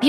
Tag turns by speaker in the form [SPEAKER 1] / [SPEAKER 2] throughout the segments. [SPEAKER 1] 美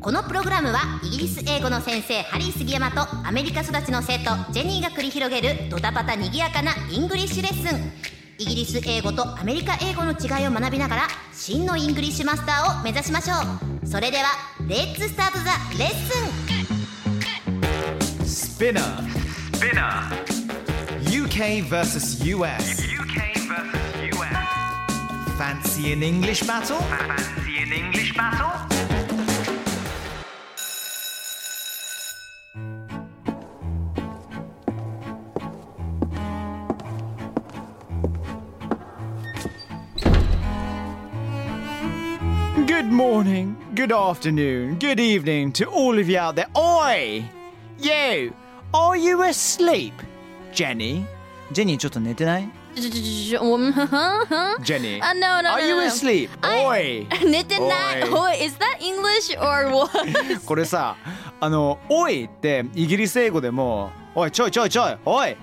[SPEAKER 2] このプログラムはイギリス英語の先生ハリー杉山とアメリカ育ちの生徒ジェニーが繰り広げるドタパタにぎやかなイングリッシュレッスンイギリス英語とアメリカ英語の違いを学びながら真のイングリッシュマスターを目指しましょうそれではレッツスタートザレッスン
[SPEAKER 3] Spinner. Spinner. UK versus US.
[SPEAKER 4] UK versus US.
[SPEAKER 3] Fancy an English battle?
[SPEAKER 4] Fancy an English battle?
[SPEAKER 3] Good morning, good afternoon, good evening to all of you out there. Oi! You! Are you asleep? Jenny? Jenny, ちょっと寝てない ?Jenny?
[SPEAKER 5] Uh, no, no,
[SPEAKER 3] Are
[SPEAKER 5] no,
[SPEAKER 3] you
[SPEAKER 5] no.
[SPEAKER 3] asleep? Oi!
[SPEAKER 5] 寝てない。
[SPEAKER 3] Oi.
[SPEAKER 5] おい、is that English or what?
[SPEAKER 3] これさあの「おい」ってイギリス英語でも「おいちょいちょいちょいおい」っ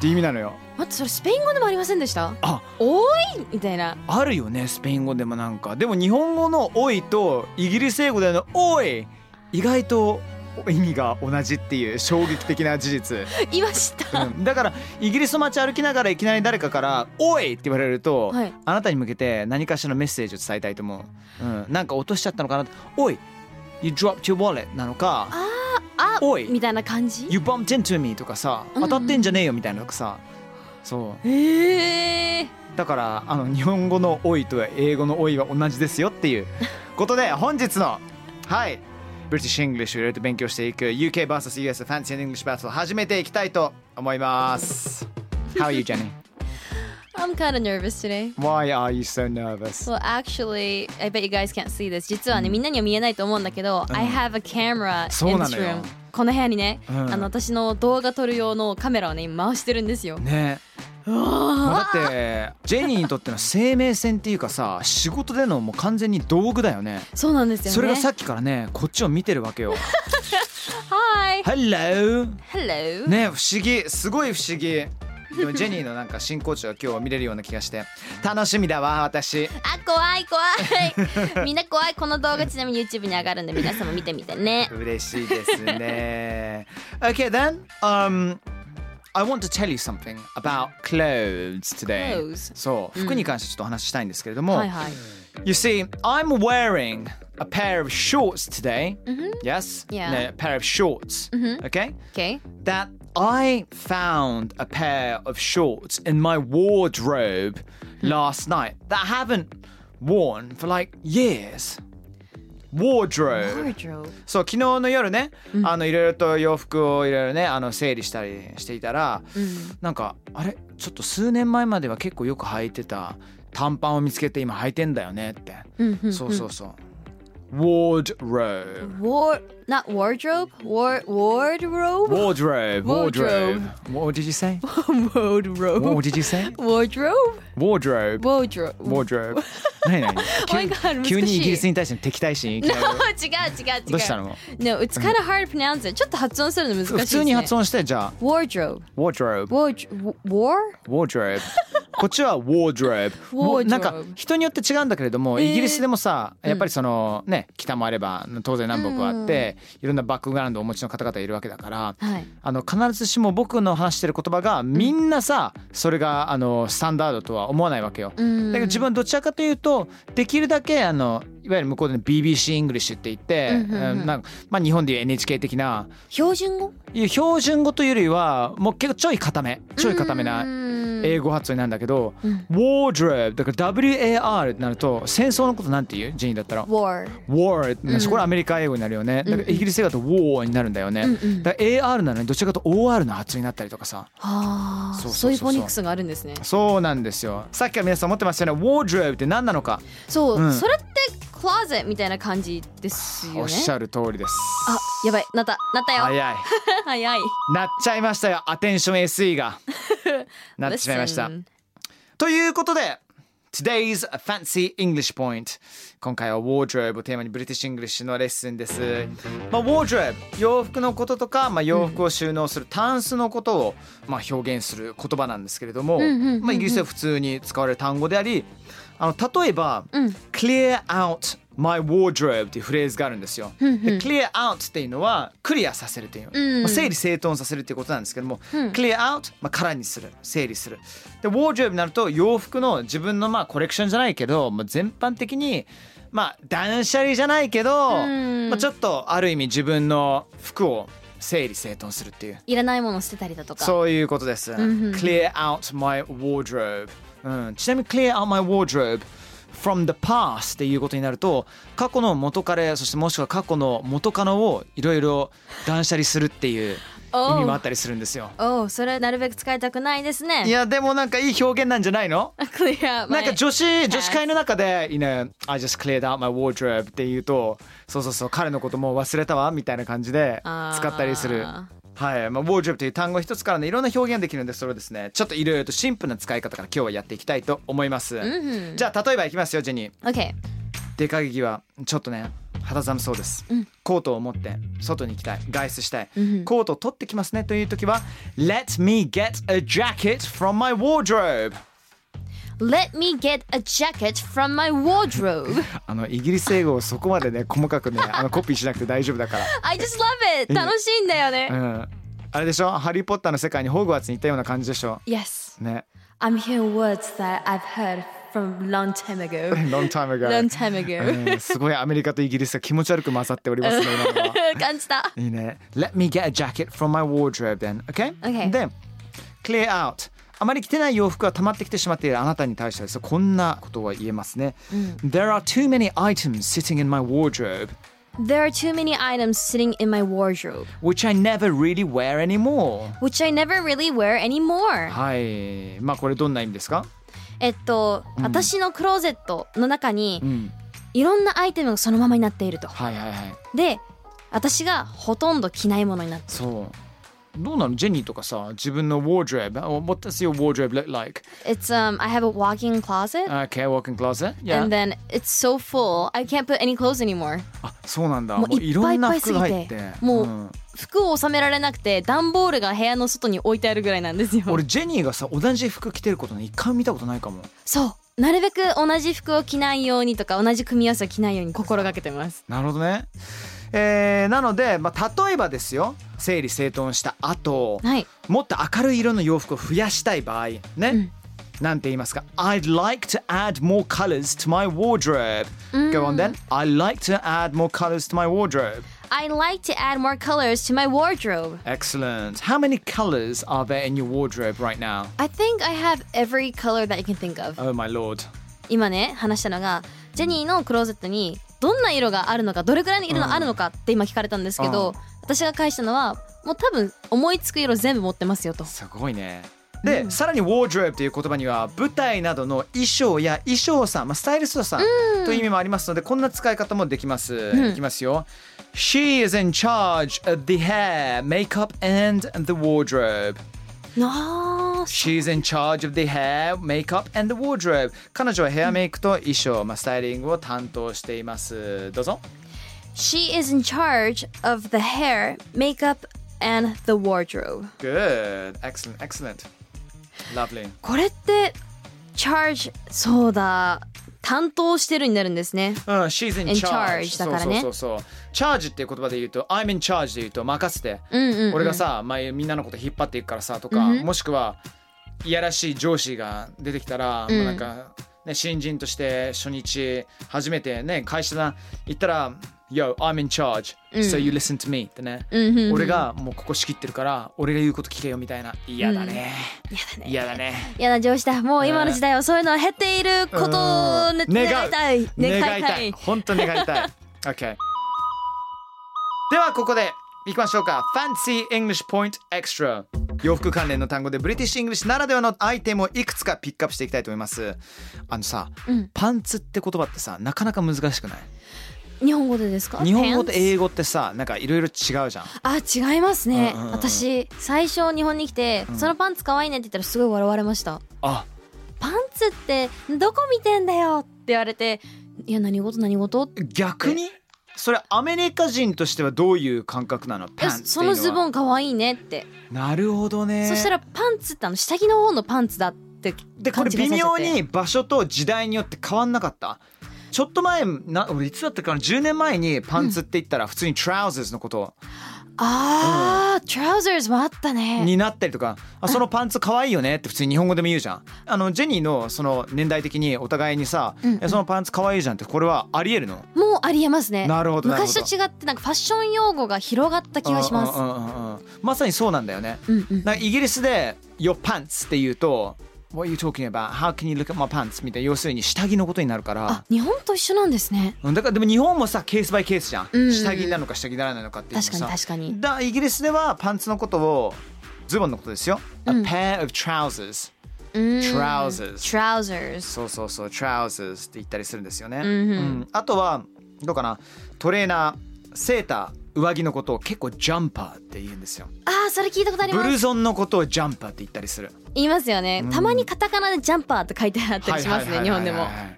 [SPEAKER 3] て意味なのよ
[SPEAKER 5] 待って、それスペイン語でもありませんでした
[SPEAKER 3] あ
[SPEAKER 5] おいみたいな。
[SPEAKER 3] あるよねスペイン語でもなんかでも日本語の「おい」とイギリス英語での「おい」意外と意味が同じっていう衝撃的な事 実、
[SPEAKER 5] 言いま した。
[SPEAKER 3] うんだからイギリスの街歩きながらいきなり誰かから「おい!」って言われると、
[SPEAKER 5] はい
[SPEAKER 3] あなたに向けて何かしらのメッセージを伝えたいと思う、うん、なんか落としちゃったのかな「おい You dropped your wallet」なのか
[SPEAKER 5] あ
[SPEAKER 3] おい
[SPEAKER 5] みたいな感じ
[SPEAKER 3] You bumped into me とかさ
[SPEAKER 5] うんう
[SPEAKER 3] 当た
[SPEAKER 5] ん
[SPEAKER 3] ってんじゃねえよみたいなとかさそう
[SPEAKER 5] ええ
[SPEAKER 3] だからあの日本語の「おい」と英語の「おい」は同じですよっていうことで本日のはいブリティッシュ・イングリッシュをいろいろと勉強していく UKVSUS ファンシー・イングリッシュ・バトル始めていきたいと思います How are you Jenny?
[SPEAKER 5] I'm kind of nervous today.
[SPEAKER 3] Why are you so nervous?
[SPEAKER 5] Well, actually, I bet you guys can't see this. 実はね、みんなには見えないと思うんだけど、I have a camera
[SPEAKER 3] そう
[SPEAKER 5] in
[SPEAKER 3] な
[SPEAKER 5] this
[SPEAKER 3] のよ
[SPEAKER 5] room. この部屋にね、
[SPEAKER 3] うん
[SPEAKER 5] あの私の動画撮る用のカメラをね、今回してるんですよ。
[SPEAKER 3] ねもうだってジェニーにとっての生命線っていうかさ仕事でのもう完全に道具だよね
[SPEAKER 5] そうなんですよね。
[SPEAKER 3] それがさっきからねこっちを見てるわけ よ
[SPEAKER 5] Hi!
[SPEAKER 3] Hello!
[SPEAKER 5] Hello!
[SPEAKER 3] ねえ不思議すごい不思議でもジェニーのなんか進行中が今日は見れるような気がして楽しみだわ私
[SPEAKER 5] あ怖い怖いみんな怖いこの動画ちなみに YouTube に上がるんで皆さんも見てみてね
[SPEAKER 3] 嬉しいです ね Okay then um I want to tell you something about clothes today
[SPEAKER 5] Clothes
[SPEAKER 3] そう服に関してちょっとお話ししたいんですけれども、
[SPEAKER 5] はいはい
[SPEAKER 3] You see I'm wearing a pair of shorts today Yes
[SPEAKER 5] Yeah.
[SPEAKER 3] No, a pair of shorts Okay
[SPEAKER 5] OK
[SPEAKER 3] that I found a pair of shorts in my wardrobe last night that I haven't worn for like years. Wardrobe.
[SPEAKER 5] Wardrobe
[SPEAKER 3] そう昨日の夜ね、あのいろいろと洋服をいろいろねあの整理したりしていたら、なんかあれちょっと数年前までは結構よく履いてた短パンを見つけて今履いてんだよねって、そうそうそう wardrobe
[SPEAKER 5] War not wardrobe war wardrobe
[SPEAKER 3] wardrobe wardrobe what did you say
[SPEAKER 5] wardrobe
[SPEAKER 3] What did you say?
[SPEAKER 5] wardrobe
[SPEAKER 3] Wardrobe.
[SPEAKER 5] wardrobe
[SPEAKER 3] Wardrobe. 何何
[SPEAKER 5] my God
[SPEAKER 3] 急
[SPEAKER 5] 難し
[SPEAKER 3] に
[SPEAKER 5] い
[SPEAKER 3] イギリスに対しての敵対 心いき
[SPEAKER 5] No
[SPEAKER 3] な
[SPEAKER 5] 違う
[SPEAKER 3] り
[SPEAKER 5] 違う違う
[SPEAKER 3] どうしたの
[SPEAKER 5] No it's kind of hard to pronounce it ちょっと発音するの難しいですね
[SPEAKER 3] 普通に発音してじゃあ
[SPEAKER 5] wardrobe
[SPEAKER 3] Wardrobe
[SPEAKER 5] wardrobe war
[SPEAKER 3] Wardrobe こっちは Wardrobe
[SPEAKER 5] Wardrobe
[SPEAKER 3] なんか人によって違うんだけれども
[SPEAKER 5] えー
[SPEAKER 3] イギリスでもさやっぱりそのね北もあれば当然南北はあっていろんなバックグラウンドをお持ちの方々いるわけだから
[SPEAKER 5] はい
[SPEAKER 3] あの必ずしも僕の話してる言葉がみんなさ、それがあのスタンダードとは思わないわけよ。だけど自分はどちらかというとできるだけあのいわゆる向こうでの BBC イングリッシュって言って、うんなんかまあ、日本でいう NHK 的な
[SPEAKER 5] 標準語
[SPEAKER 3] 標準語というよりはもう結構ちょい固めちょい固めな
[SPEAKER 5] うん
[SPEAKER 3] 英語発音なんだけど、wardrobe だから WAR ってなると戦争のことなんて言うジェニーだったら
[SPEAKER 5] war
[SPEAKER 3] war これアメリカ英語になるよねだからイギリス英語だと war になるんだよね、だから AR なのにどちらかというと OR の発音になったりとかさ
[SPEAKER 5] あー
[SPEAKER 3] そうそうそうそう
[SPEAKER 5] そういうフォニックスがあるんですね
[SPEAKER 3] そうなんですよさっきから皆さん思ってますよね wardrobe って何なのか
[SPEAKER 5] そう、
[SPEAKER 3] うん
[SPEAKER 5] それって closet みたいな感じです
[SPEAKER 3] お
[SPEAKER 5] よ
[SPEAKER 3] っ
[SPEAKER 5] ね
[SPEAKER 3] しゃる通りです
[SPEAKER 5] あやばいなったなったよ、
[SPEAKER 3] 早い
[SPEAKER 5] 早い
[SPEAKER 3] なっちゃいましたよアテンション SE がなってしまいました
[SPEAKER 5] Listen
[SPEAKER 3] ということで Today's Fancy English Point 今回は Wardrobe をテーマにブリティッシュ・イングリッシュのレッスンです、まあ、Wardrobe 洋服のこととか、まあ、洋服を収納するタンスのことを、まあ、表現する言葉なんですけれども、
[SPEAKER 5] んうんうんうん
[SPEAKER 3] まあ、イギリスでは普通に使われる単語でありあの例えば、
[SPEAKER 5] うん
[SPEAKER 3] Clear out my wardrobe っていうフレーズがあるんですよ、
[SPEAKER 5] うんうん
[SPEAKER 3] で Clear out っていうのはクリアさせるという、
[SPEAKER 5] うん
[SPEAKER 3] まあ整理整頓させるっていうことなんですけども、
[SPEAKER 5] うん
[SPEAKER 3] clear out、まあ、空にする整理するで wardrobe になると洋服の自分のまあコレクションじゃないけど、まあ、全般的にまあ断捨離じゃないけど、
[SPEAKER 5] ん
[SPEAKER 3] まあ、ちょっとある意味自分の服を整理整頓するっていう
[SPEAKER 5] いらないものを捨てたりだとか
[SPEAKER 3] そういうことです、
[SPEAKER 5] んうん
[SPEAKER 3] clear out my wardrobe、うん、ちなみに clear out my wardrobe from the past っていうことになると過去の元彼そしてもしくは過去の元カノをいろいろ断捨離するっていう
[SPEAKER 5] おう
[SPEAKER 3] 意味もあったりするんですよ
[SPEAKER 5] おうそれなるべく使いたくないですね
[SPEAKER 3] いやでもなんかいい表現なんじゃないの
[SPEAKER 5] Clear
[SPEAKER 3] なん
[SPEAKER 5] my-
[SPEAKER 3] か女子女子会の中で「You know, I just cleared out my wardrobe」って言うとそうそうそう彼のこともう忘れたわみたいな感じで
[SPEAKER 5] あー
[SPEAKER 3] 使ったりするはい、まあ、wardrobe という単語一つからねいろんな表現できるんでそれをですねちょっといろいろとシンプルな使い方から今日はやっていきたいと思います、
[SPEAKER 5] んうん
[SPEAKER 3] じゃあ例えばいきますよジェニー
[SPEAKER 5] OK
[SPEAKER 3] 出かけ際ちょっとね肌寒そうです、コートを持って外に行きたい外出したい、コートを取ってきますねという時は「Let me get a jacket from my wardrobe」
[SPEAKER 5] Let me get a jacket from my wardrobe
[SPEAKER 3] あのイギリス英語をそこまでね細かくねあのコピーしなくて大丈夫だか
[SPEAKER 5] I just love it 楽しいんだよ
[SPEAKER 3] ら、
[SPEAKER 5] ね
[SPEAKER 3] うん、あれでしょ「ハリー・ポッター」の世界にホグワーツに行ったような感じでしょ
[SPEAKER 5] Yes
[SPEAKER 3] ね
[SPEAKER 5] I'm hearing words that I've heard from long time ago
[SPEAKER 3] Long time ago
[SPEAKER 5] long time
[SPEAKER 3] う
[SPEAKER 5] ago
[SPEAKER 3] んすごいアメリカとイギリスが気持ち悪く混ざっておりますね今のは
[SPEAKER 5] 感じた
[SPEAKER 3] いいね Let me get a jacket from my wardrobe then okay?
[SPEAKER 5] Okay.
[SPEAKER 3] で Clear out あまり着てない洋服が溜まってきてしまっているあなたに対してはですねこんなことは言えますね、There are too many items sitting in my wardrobe
[SPEAKER 5] There are too many items sitting in my wardrobe
[SPEAKER 3] which I never really wear anymore
[SPEAKER 5] which I never really wear anymore
[SPEAKER 3] はいまあこれどんな意味ですか
[SPEAKER 5] えっと、私のクローゼットの中に、いろんなアイテムがそのままになっていると
[SPEAKER 3] はいはいはい
[SPEAKER 5] で私がほとんど着ないものになって
[SPEAKER 3] そうどうなのジェニーとかさ自分の wardrobe Oh, What does your wardrobe look like?
[SPEAKER 5] It's um I have a walk-in closet
[SPEAKER 3] Okay, walking closet? Yeah.
[SPEAKER 5] and then it's so full I can't put any clothes anymore
[SPEAKER 3] あそうなんだ
[SPEAKER 5] も
[SPEAKER 3] も
[SPEAKER 5] う
[SPEAKER 3] う
[SPEAKER 5] い
[SPEAKER 3] い
[SPEAKER 5] っぱ
[SPEAKER 3] ろ
[SPEAKER 5] いいっ
[SPEAKER 3] んな
[SPEAKER 5] ぱい
[SPEAKER 3] 服
[SPEAKER 5] すぎ
[SPEAKER 3] が
[SPEAKER 5] て
[SPEAKER 3] 入って
[SPEAKER 5] もうん服を収められなくて段ボールが部屋の外に置いてあるぐらいなんですよ
[SPEAKER 3] 俺ジェニーがさ同じ服着てることね一回も見たことないかも
[SPEAKER 5] そうなるべく同じ服を着ないようにとか同じ組み合わせを着ないように心がけてます
[SPEAKER 3] なるほどねえーなので、まあ、例えばですよ整理整頓した後、
[SPEAKER 5] はい
[SPEAKER 3] もっと明るい色の洋服を増やしたい場合ね、なんて言いますか I'd like to add more colors to my wardrobe、Go on then I'd like to add more colors to my wardrobe
[SPEAKER 5] I like to add more colors to my wardrobe
[SPEAKER 3] Excellent How many colors are there in your wardrobe right now?
[SPEAKER 5] I think I have every color that you can think of
[SPEAKER 3] Oh my lord
[SPEAKER 5] 今ね話したのがジェニーのクローゼットにどんな色があるのかどれくらいの色があるのかって今聞かれたんですけど、
[SPEAKER 3] うん
[SPEAKER 5] 私が返したのはもう多分思いつく色全部持ってますよと
[SPEAKER 3] すごいね。で、さらに wardrobe という言葉には舞台などの衣装や衣装さん、まあ、スタイリストさんという意味もありますのでこんな使い方もできます。いきますよ。She is in charge of the hair, makeup and the wardrobe.
[SPEAKER 5] なあ
[SPEAKER 3] She's in charge of the hair, makeup and the wardrobe. 彼女はヘアメイクと衣装、まあ、スタイリングを担当しています。どうぞ。
[SPEAKER 5] She is in charge of the hair, makeup and the wardrobe
[SPEAKER 3] Good. Excellent. Excellent. Lovely.
[SPEAKER 5] これって charge そうだ担当してるになるんですね
[SPEAKER 3] うん、she's in
[SPEAKER 5] in
[SPEAKER 3] charge,
[SPEAKER 5] charge だからね
[SPEAKER 3] そうそうそうそう。charge っていう言葉で言うと、I'm in charge で言うと任せて、
[SPEAKER 5] うんうん、うん、
[SPEAKER 3] 俺がさ、まあ、みんなのこと引っ張っていくからさとか、もしくはいやらしい上司が出てきたら、もうなんか、ね、新人として初日初めてね会社だ行ったら「Yo, I'm in charge、so you listen to me」ってね、
[SPEAKER 5] うんうんうん
[SPEAKER 3] 俺がもうここ仕切ってるから俺が言うこと聞けよみたいな嫌だね嫌、だね
[SPEAKER 5] 嫌な上司だもう今の時代はそういうのは減っていることを
[SPEAKER 3] うん
[SPEAKER 5] 願いたい
[SPEAKER 3] 願いたい本当に願い たい OK ではここでいきましょうか Fancy English Point Extra 洋服関連の単語でブリティッシュ・イングリッシュならではのアイテムをいくつかピックアップしていきたいと思いますあのさ
[SPEAKER 5] うん
[SPEAKER 3] パンツって言葉ってさなかなか難しくない
[SPEAKER 5] 日本語でですか
[SPEAKER 3] 日本語と
[SPEAKER 5] Pants？
[SPEAKER 3] 英語ってさなんかいろいろ違うじゃん
[SPEAKER 5] あ違いますね、
[SPEAKER 3] うんうんうん
[SPEAKER 5] 私最初日本に来て、
[SPEAKER 3] うん
[SPEAKER 5] そのパンツ可愛いねって言ったらすごい笑われました
[SPEAKER 3] あ
[SPEAKER 5] パンツってどこ見てんだよって言われていや何事何事って
[SPEAKER 3] 逆にそれアメリカ人としてはどういう感覚なのパンツっていう
[SPEAKER 5] そのズボ
[SPEAKER 3] ン
[SPEAKER 5] ン可愛いねって、
[SPEAKER 3] なるほどね
[SPEAKER 5] そしたらパンツってあの下着の方のパンツだって
[SPEAKER 3] でこれ微
[SPEAKER 5] 勘違いされちゃっ
[SPEAKER 3] 妙
[SPEAKER 5] て
[SPEAKER 3] に場所と時代によって変わんなかったちょっと前な俺いつだったかな10年前にパンツって言ったら普通に trousers のこと
[SPEAKER 5] あー、trousers もあったね
[SPEAKER 3] になったりとか、あそのパンツ可愛いよねって普通に日本語でも言うじゃんあのジェニーのその年代的にお互いにさ、
[SPEAKER 5] うんうん
[SPEAKER 3] えそのパンツ可愛いじゃんってこれはありえるの
[SPEAKER 5] もうありえますね
[SPEAKER 3] なるほどなるほど
[SPEAKER 5] 昔と違ってなんかファッション用語が広がった気がします
[SPEAKER 3] うんうんうんうんまさにそうなんだよね
[SPEAKER 5] うんうん
[SPEAKER 3] なんかイギリスで「Your pants」って言うと「What are you talking about? How can you look at my pants?」みたいな要するに下着のことになるから
[SPEAKER 5] あ日本と一緒なんですね
[SPEAKER 3] うんだからでも日本もさケースバイケースじゃん、
[SPEAKER 5] うんうん
[SPEAKER 3] 下着なのか下着ならないのかっていうの
[SPEAKER 5] 確
[SPEAKER 3] さ
[SPEAKER 5] かに確かに
[SPEAKER 3] だイギリスではパンツのことをズボンのことですよ、
[SPEAKER 5] う
[SPEAKER 3] A
[SPEAKER 5] ん
[SPEAKER 3] pair of trousers
[SPEAKER 5] うーん
[SPEAKER 3] Trousers
[SPEAKER 5] trousers
[SPEAKER 3] そうそうそう trousers って言ったりするんですよね、
[SPEAKER 5] うんうん
[SPEAKER 3] あとはどうかなトレーナーセーター上着のことを結構ジャンパーって言うんですよ
[SPEAKER 5] あーそれ聞いたことあり
[SPEAKER 3] ブ
[SPEAKER 5] ま
[SPEAKER 3] ル
[SPEAKER 5] す
[SPEAKER 3] ゾンのことをジャンパーって言ったりする
[SPEAKER 5] 言いますよね
[SPEAKER 3] うん
[SPEAKER 5] たまにカタカナでジャンパーって書いてあったりしま
[SPEAKER 3] は
[SPEAKER 5] す
[SPEAKER 3] い
[SPEAKER 5] ね
[SPEAKER 3] はい
[SPEAKER 5] 日
[SPEAKER 3] はいは
[SPEAKER 5] 本
[SPEAKER 3] い
[SPEAKER 5] で
[SPEAKER 3] はい
[SPEAKER 5] も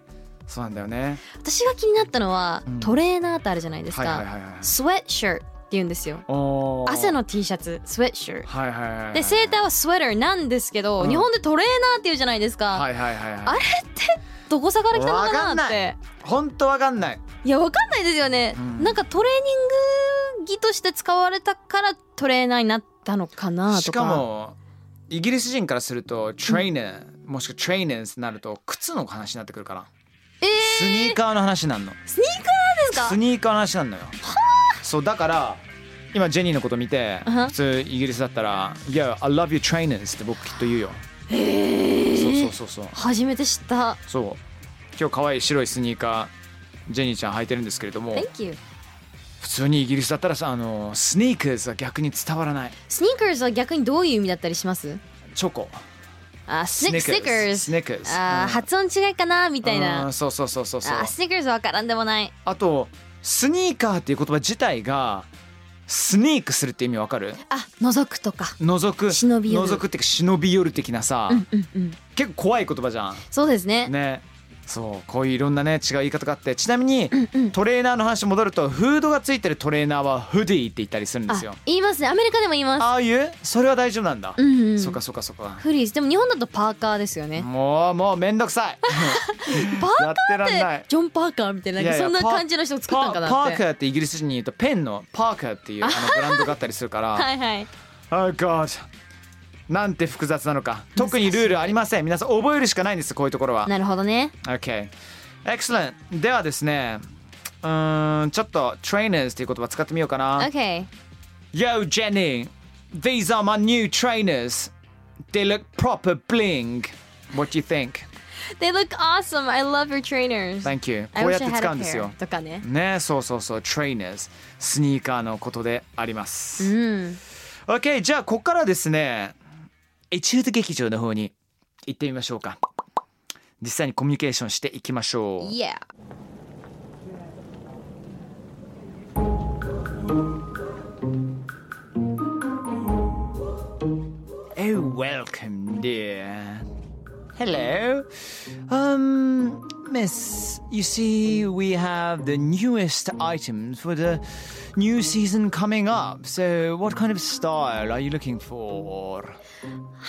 [SPEAKER 3] そうなんだよね
[SPEAKER 5] 私が気になったのは
[SPEAKER 3] うん
[SPEAKER 5] トレーナーってあるじゃないです
[SPEAKER 3] はいはい
[SPEAKER 5] か
[SPEAKER 3] はいはい
[SPEAKER 5] スウェッシャツって言うんですよ
[SPEAKER 3] おー
[SPEAKER 5] 汗の T シャツスウェッシャツ
[SPEAKER 3] はいはいはいはい
[SPEAKER 5] でセーターはスウェッターなんですけど、
[SPEAKER 3] うん
[SPEAKER 5] 日本でトレーナーって言うじゃないですか、
[SPEAKER 3] はいはいはいはい
[SPEAKER 5] あれってどこさから来たのかな
[SPEAKER 3] わか
[SPEAKER 5] っ
[SPEAKER 3] んな
[SPEAKER 5] て
[SPEAKER 3] 本当わかんない
[SPEAKER 5] いやわかんないですよね、
[SPEAKER 3] うん
[SPEAKER 5] なんかトレーニング着として使われたからトレーナーになったのかなとか
[SPEAKER 3] しかもイギリス人からするとトレーナー、もしくはトレーナーになると靴の話になってくるから
[SPEAKER 5] え
[SPEAKER 3] スニーカーの話なんの
[SPEAKER 5] スニーカーですか
[SPEAKER 3] スニーカーの話なんのよそうだから今ジェニーのこと見て
[SPEAKER 5] うん
[SPEAKER 3] 普通イギリスだったら「Yeah, I love your trainers」って僕きっと言うよそうそうそうそう
[SPEAKER 5] 初めて知った
[SPEAKER 3] そう今日可愛い白いスニーカージェニーちゃん履いてるんですけれども
[SPEAKER 5] Thank you
[SPEAKER 3] 普通にイギリスだったらさあのスニーカーズは逆に伝わらない
[SPEAKER 5] スニーカーズは逆にどういう意味だったりします
[SPEAKER 3] チョコ
[SPEAKER 5] あスニッスニッカーズ
[SPEAKER 3] スニッカーズ
[SPEAKER 5] あー、
[SPEAKER 3] うん
[SPEAKER 5] 発音違いかなみたいな
[SPEAKER 3] うんそうそうそうそうそう
[SPEAKER 5] あスニッカーズわからんでもない
[SPEAKER 3] あとスニーカーっていう言葉自体がスニークするって意味わかる
[SPEAKER 5] あ覗くとか
[SPEAKER 3] 覗く
[SPEAKER 5] 忍び寄る
[SPEAKER 3] 覗くっていうか忍び寄る的なさ、
[SPEAKER 5] うんうんうん
[SPEAKER 3] 結構怖い言葉じゃ ん
[SPEAKER 5] そうですね
[SPEAKER 3] ねそうこういういろんなね違う言い方があってちなみに、
[SPEAKER 5] うんうん
[SPEAKER 3] トレーナーの話戻るとフードがついてるトレーナーはフディって言ったりするんですよ
[SPEAKER 5] あ言いますねアメリカでも言います
[SPEAKER 3] ああいうそれは大丈夫なんだ、
[SPEAKER 5] うんうん
[SPEAKER 3] そうかそうかそうか
[SPEAKER 5] フリーズでも日本だとパーカーですよね
[SPEAKER 3] もうもうめんどくさ い
[SPEAKER 5] パー カー
[SPEAKER 3] やってらんない
[SPEAKER 5] ジョン・パーカーみたいななんか
[SPEAKER 3] いやいや
[SPEAKER 5] そんな
[SPEAKER 3] パー
[SPEAKER 5] 感じの人を作った
[SPEAKER 3] パ
[SPEAKER 5] ん
[SPEAKER 3] パ
[SPEAKER 5] かなっ
[SPEAKER 3] ーカ
[SPEAKER 5] て
[SPEAKER 3] ーってイギリス人に言うとペンのパーカーっていうあのブランドがあったりするから
[SPEAKER 5] はいはい
[SPEAKER 3] Oh God なんて複雑なのか特にルールありません皆さん覚えるしかないんですこういうところは
[SPEAKER 5] なるほどね
[SPEAKER 3] OK Excellent ではですねうーんちょっと trainers っていう言葉使ってみようかな
[SPEAKER 5] OK
[SPEAKER 3] Yo Jenny These are my new trainers They look proper bling What do you think?
[SPEAKER 5] They look awesome I love your trainers
[SPEAKER 3] Thank you
[SPEAKER 5] I
[SPEAKER 3] こう
[SPEAKER 5] wish
[SPEAKER 3] やって
[SPEAKER 5] I had a
[SPEAKER 3] 使うんですよ
[SPEAKER 5] pair とかね
[SPEAKER 3] ねそうそうそう trainers スニーカーのことであります、
[SPEAKER 5] うん
[SPEAKER 3] OK じゃあここからですねエチュード劇場の方に行ってみましょうか実際にコミュニケーションしていきましょう
[SPEAKER 5] Yeah
[SPEAKER 3] Oh, welcome, dear. Hello. Um, miss, you see, we have the newest items for the new season coming up. So, what kind of style are you looking for?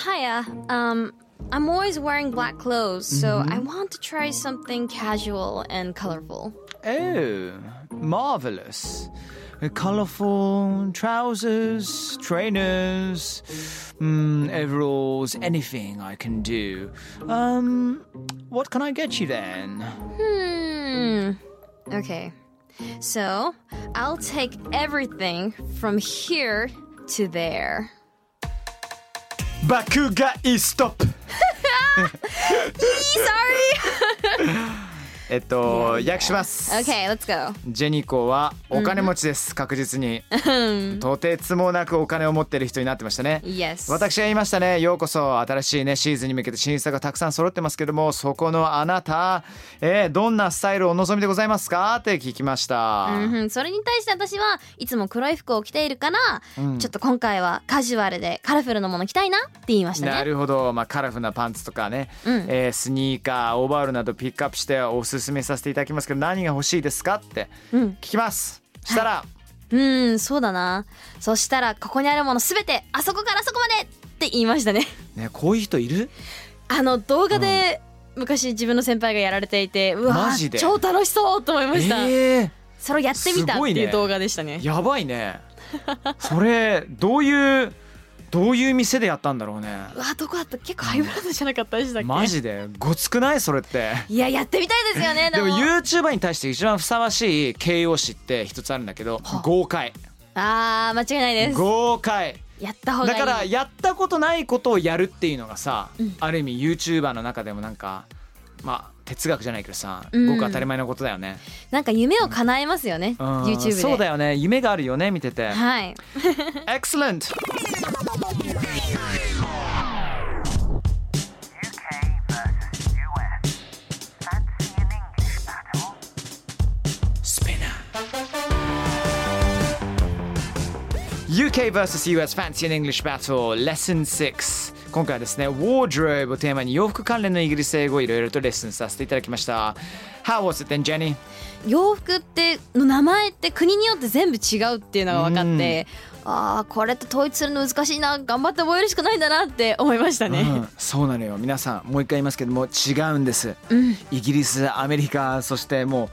[SPEAKER 5] Hiya um I'm always wearing black clothes so I want to try something casual and colorful
[SPEAKER 3] Oh, marvelous. Colorful trousers, trainers, mm, overalls, anything I can do. Um, what can I get you then?
[SPEAKER 5] Hmm Okay So I'll take everything from here to there
[SPEAKER 3] 爆 買いストップ
[SPEAKER 5] Sorry
[SPEAKER 3] えっと訳します。
[SPEAKER 5] Okay, let's go.
[SPEAKER 3] ジェニコはお金持ちです、確実にとてつもなくお金を持ってる人になってましたね
[SPEAKER 5] Yes.
[SPEAKER 3] 私が言いましたねようこそ新しいねシーズンに向けて新作がたくさん揃ってますけどもそこのあなた、えーどんなスタイルをお望みでございますかって聞きました、
[SPEAKER 5] うん、それに対して私はいつも黒い服を着ているから、ちょっと今回はカジュアルでカラフルなもの着たいなって言いましたね。
[SPEAKER 3] なるほど、まあ、カラフルなパンツとかね、
[SPEAKER 5] うん
[SPEAKER 3] えースニーカーオーバーオールなどピックアップしておすすめさせていただきますけど何が欲しいですかって
[SPEAKER 5] うん
[SPEAKER 3] 聞きます、したら、
[SPEAKER 5] うん、そうだな。そしたらここにあるものすべてあそこからあそこまでって言いましたね。
[SPEAKER 3] ね、こういう人いる
[SPEAKER 5] あの動画で昔自分の先輩がやられていて、うわ
[SPEAKER 3] マジで
[SPEAKER 5] 超楽しそうと思いました。
[SPEAKER 3] えー
[SPEAKER 5] それをやってみたって
[SPEAKER 3] すごい
[SPEAKER 5] い
[SPEAKER 3] ね
[SPEAKER 5] う動画でしたね。
[SPEAKER 3] やばいねそれどういうどういう店でやったんだろうね
[SPEAKER 5] うわどこだった結構ハイブランドじゃなかったでしたっけ？
[SPEAKER 3] マジでごつくないそれって
[SPEAKER 5] いややってみたいですよね。で
[SPEAKER 3] で
[SPEAKER 5] も
[SPEAKER 3] も YouTuber に対して一番ふさわしい形容詞って一つあるんだけど豪快
[SPEAKER 5] ああ間違いないです。
[SPEAKER 3] 豪快
[SPEAKER 5] やった方がい
[SPEAKER 3] だ
[SPEAKER 5] い。
[SPEAKER 3] からやったことないことをやるっていうのがさ、ある意味 YouTuber の中でもなんかまあ哲学じゃないけどさ、
[SPEAKER 5] うん
[SPEAKER 3] ごく当たり前のことだよね、
[SPEAKER 5] なんか夢を叶えますよね、
[SPEAKER 3] うん
[SPEAKER 5] YouTube で。
[SPEAKER 3] そうだよね夢があるよね見てて
[SPEAKER 5] はい。
[SPEAKER 3] Excellent!
[SPEAKER 4] UK versus US. Fancy an
[SPEAKER 3] スピ
[SPEAKER 4] English battle?
[SPEAKER 3] ナー UK vs US Fancy and English Battle Lesson 6今回はですね Wardrobe をテーマに洋服関連のイギリス英語をいろいろとレッスンさせていただきました How was it then Jenny?
[SPEAKER 5] 洋服っての名前って国によって全部違うっていうのが分かって、ああこれって統一するの難しいな頑張って覚えるしかないんだなって思いましたね。
[SPEAKER 3] うん、そうなのよ皆さんもう一回言いますけども違うんです、イギリスアメリカそしても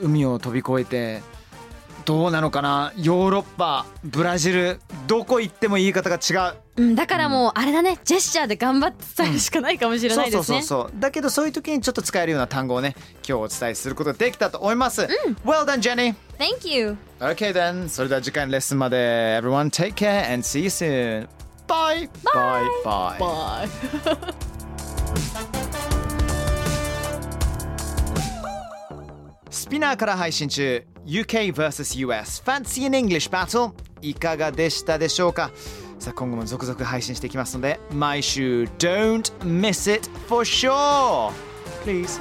[SPEAKER 3] う海を飛び越えてどうなのかなヨーロッパブラジルどこ行っても言い方が違う
[SPEAKER 5] うん、だからもうあれだねジェスチャーで頑張って伝えるしかないかもしれないです
[SPEAKER 3] そ
[SPEAKER 5] ね。
[SPEAKER 3] うそうそうそうだけどそういう時にちょっと使えるような単語をね今日お伝えすることができたと思います、Well done Jenny
[SPEAKER 5] Thank you!
[SPEAKER 3] Okay then それでは次回のレッスンまで Everyone take care and see you soon Bye Bye Bye, Bye.
[SPEAKER 5] Bye!
[SPEAKER 3] Spinner から配信中 UK vs.US Fancy in English Battle いかがでしたでしょうかさあ今後も続々配信していきますので毎週 Don't miss it for sure Please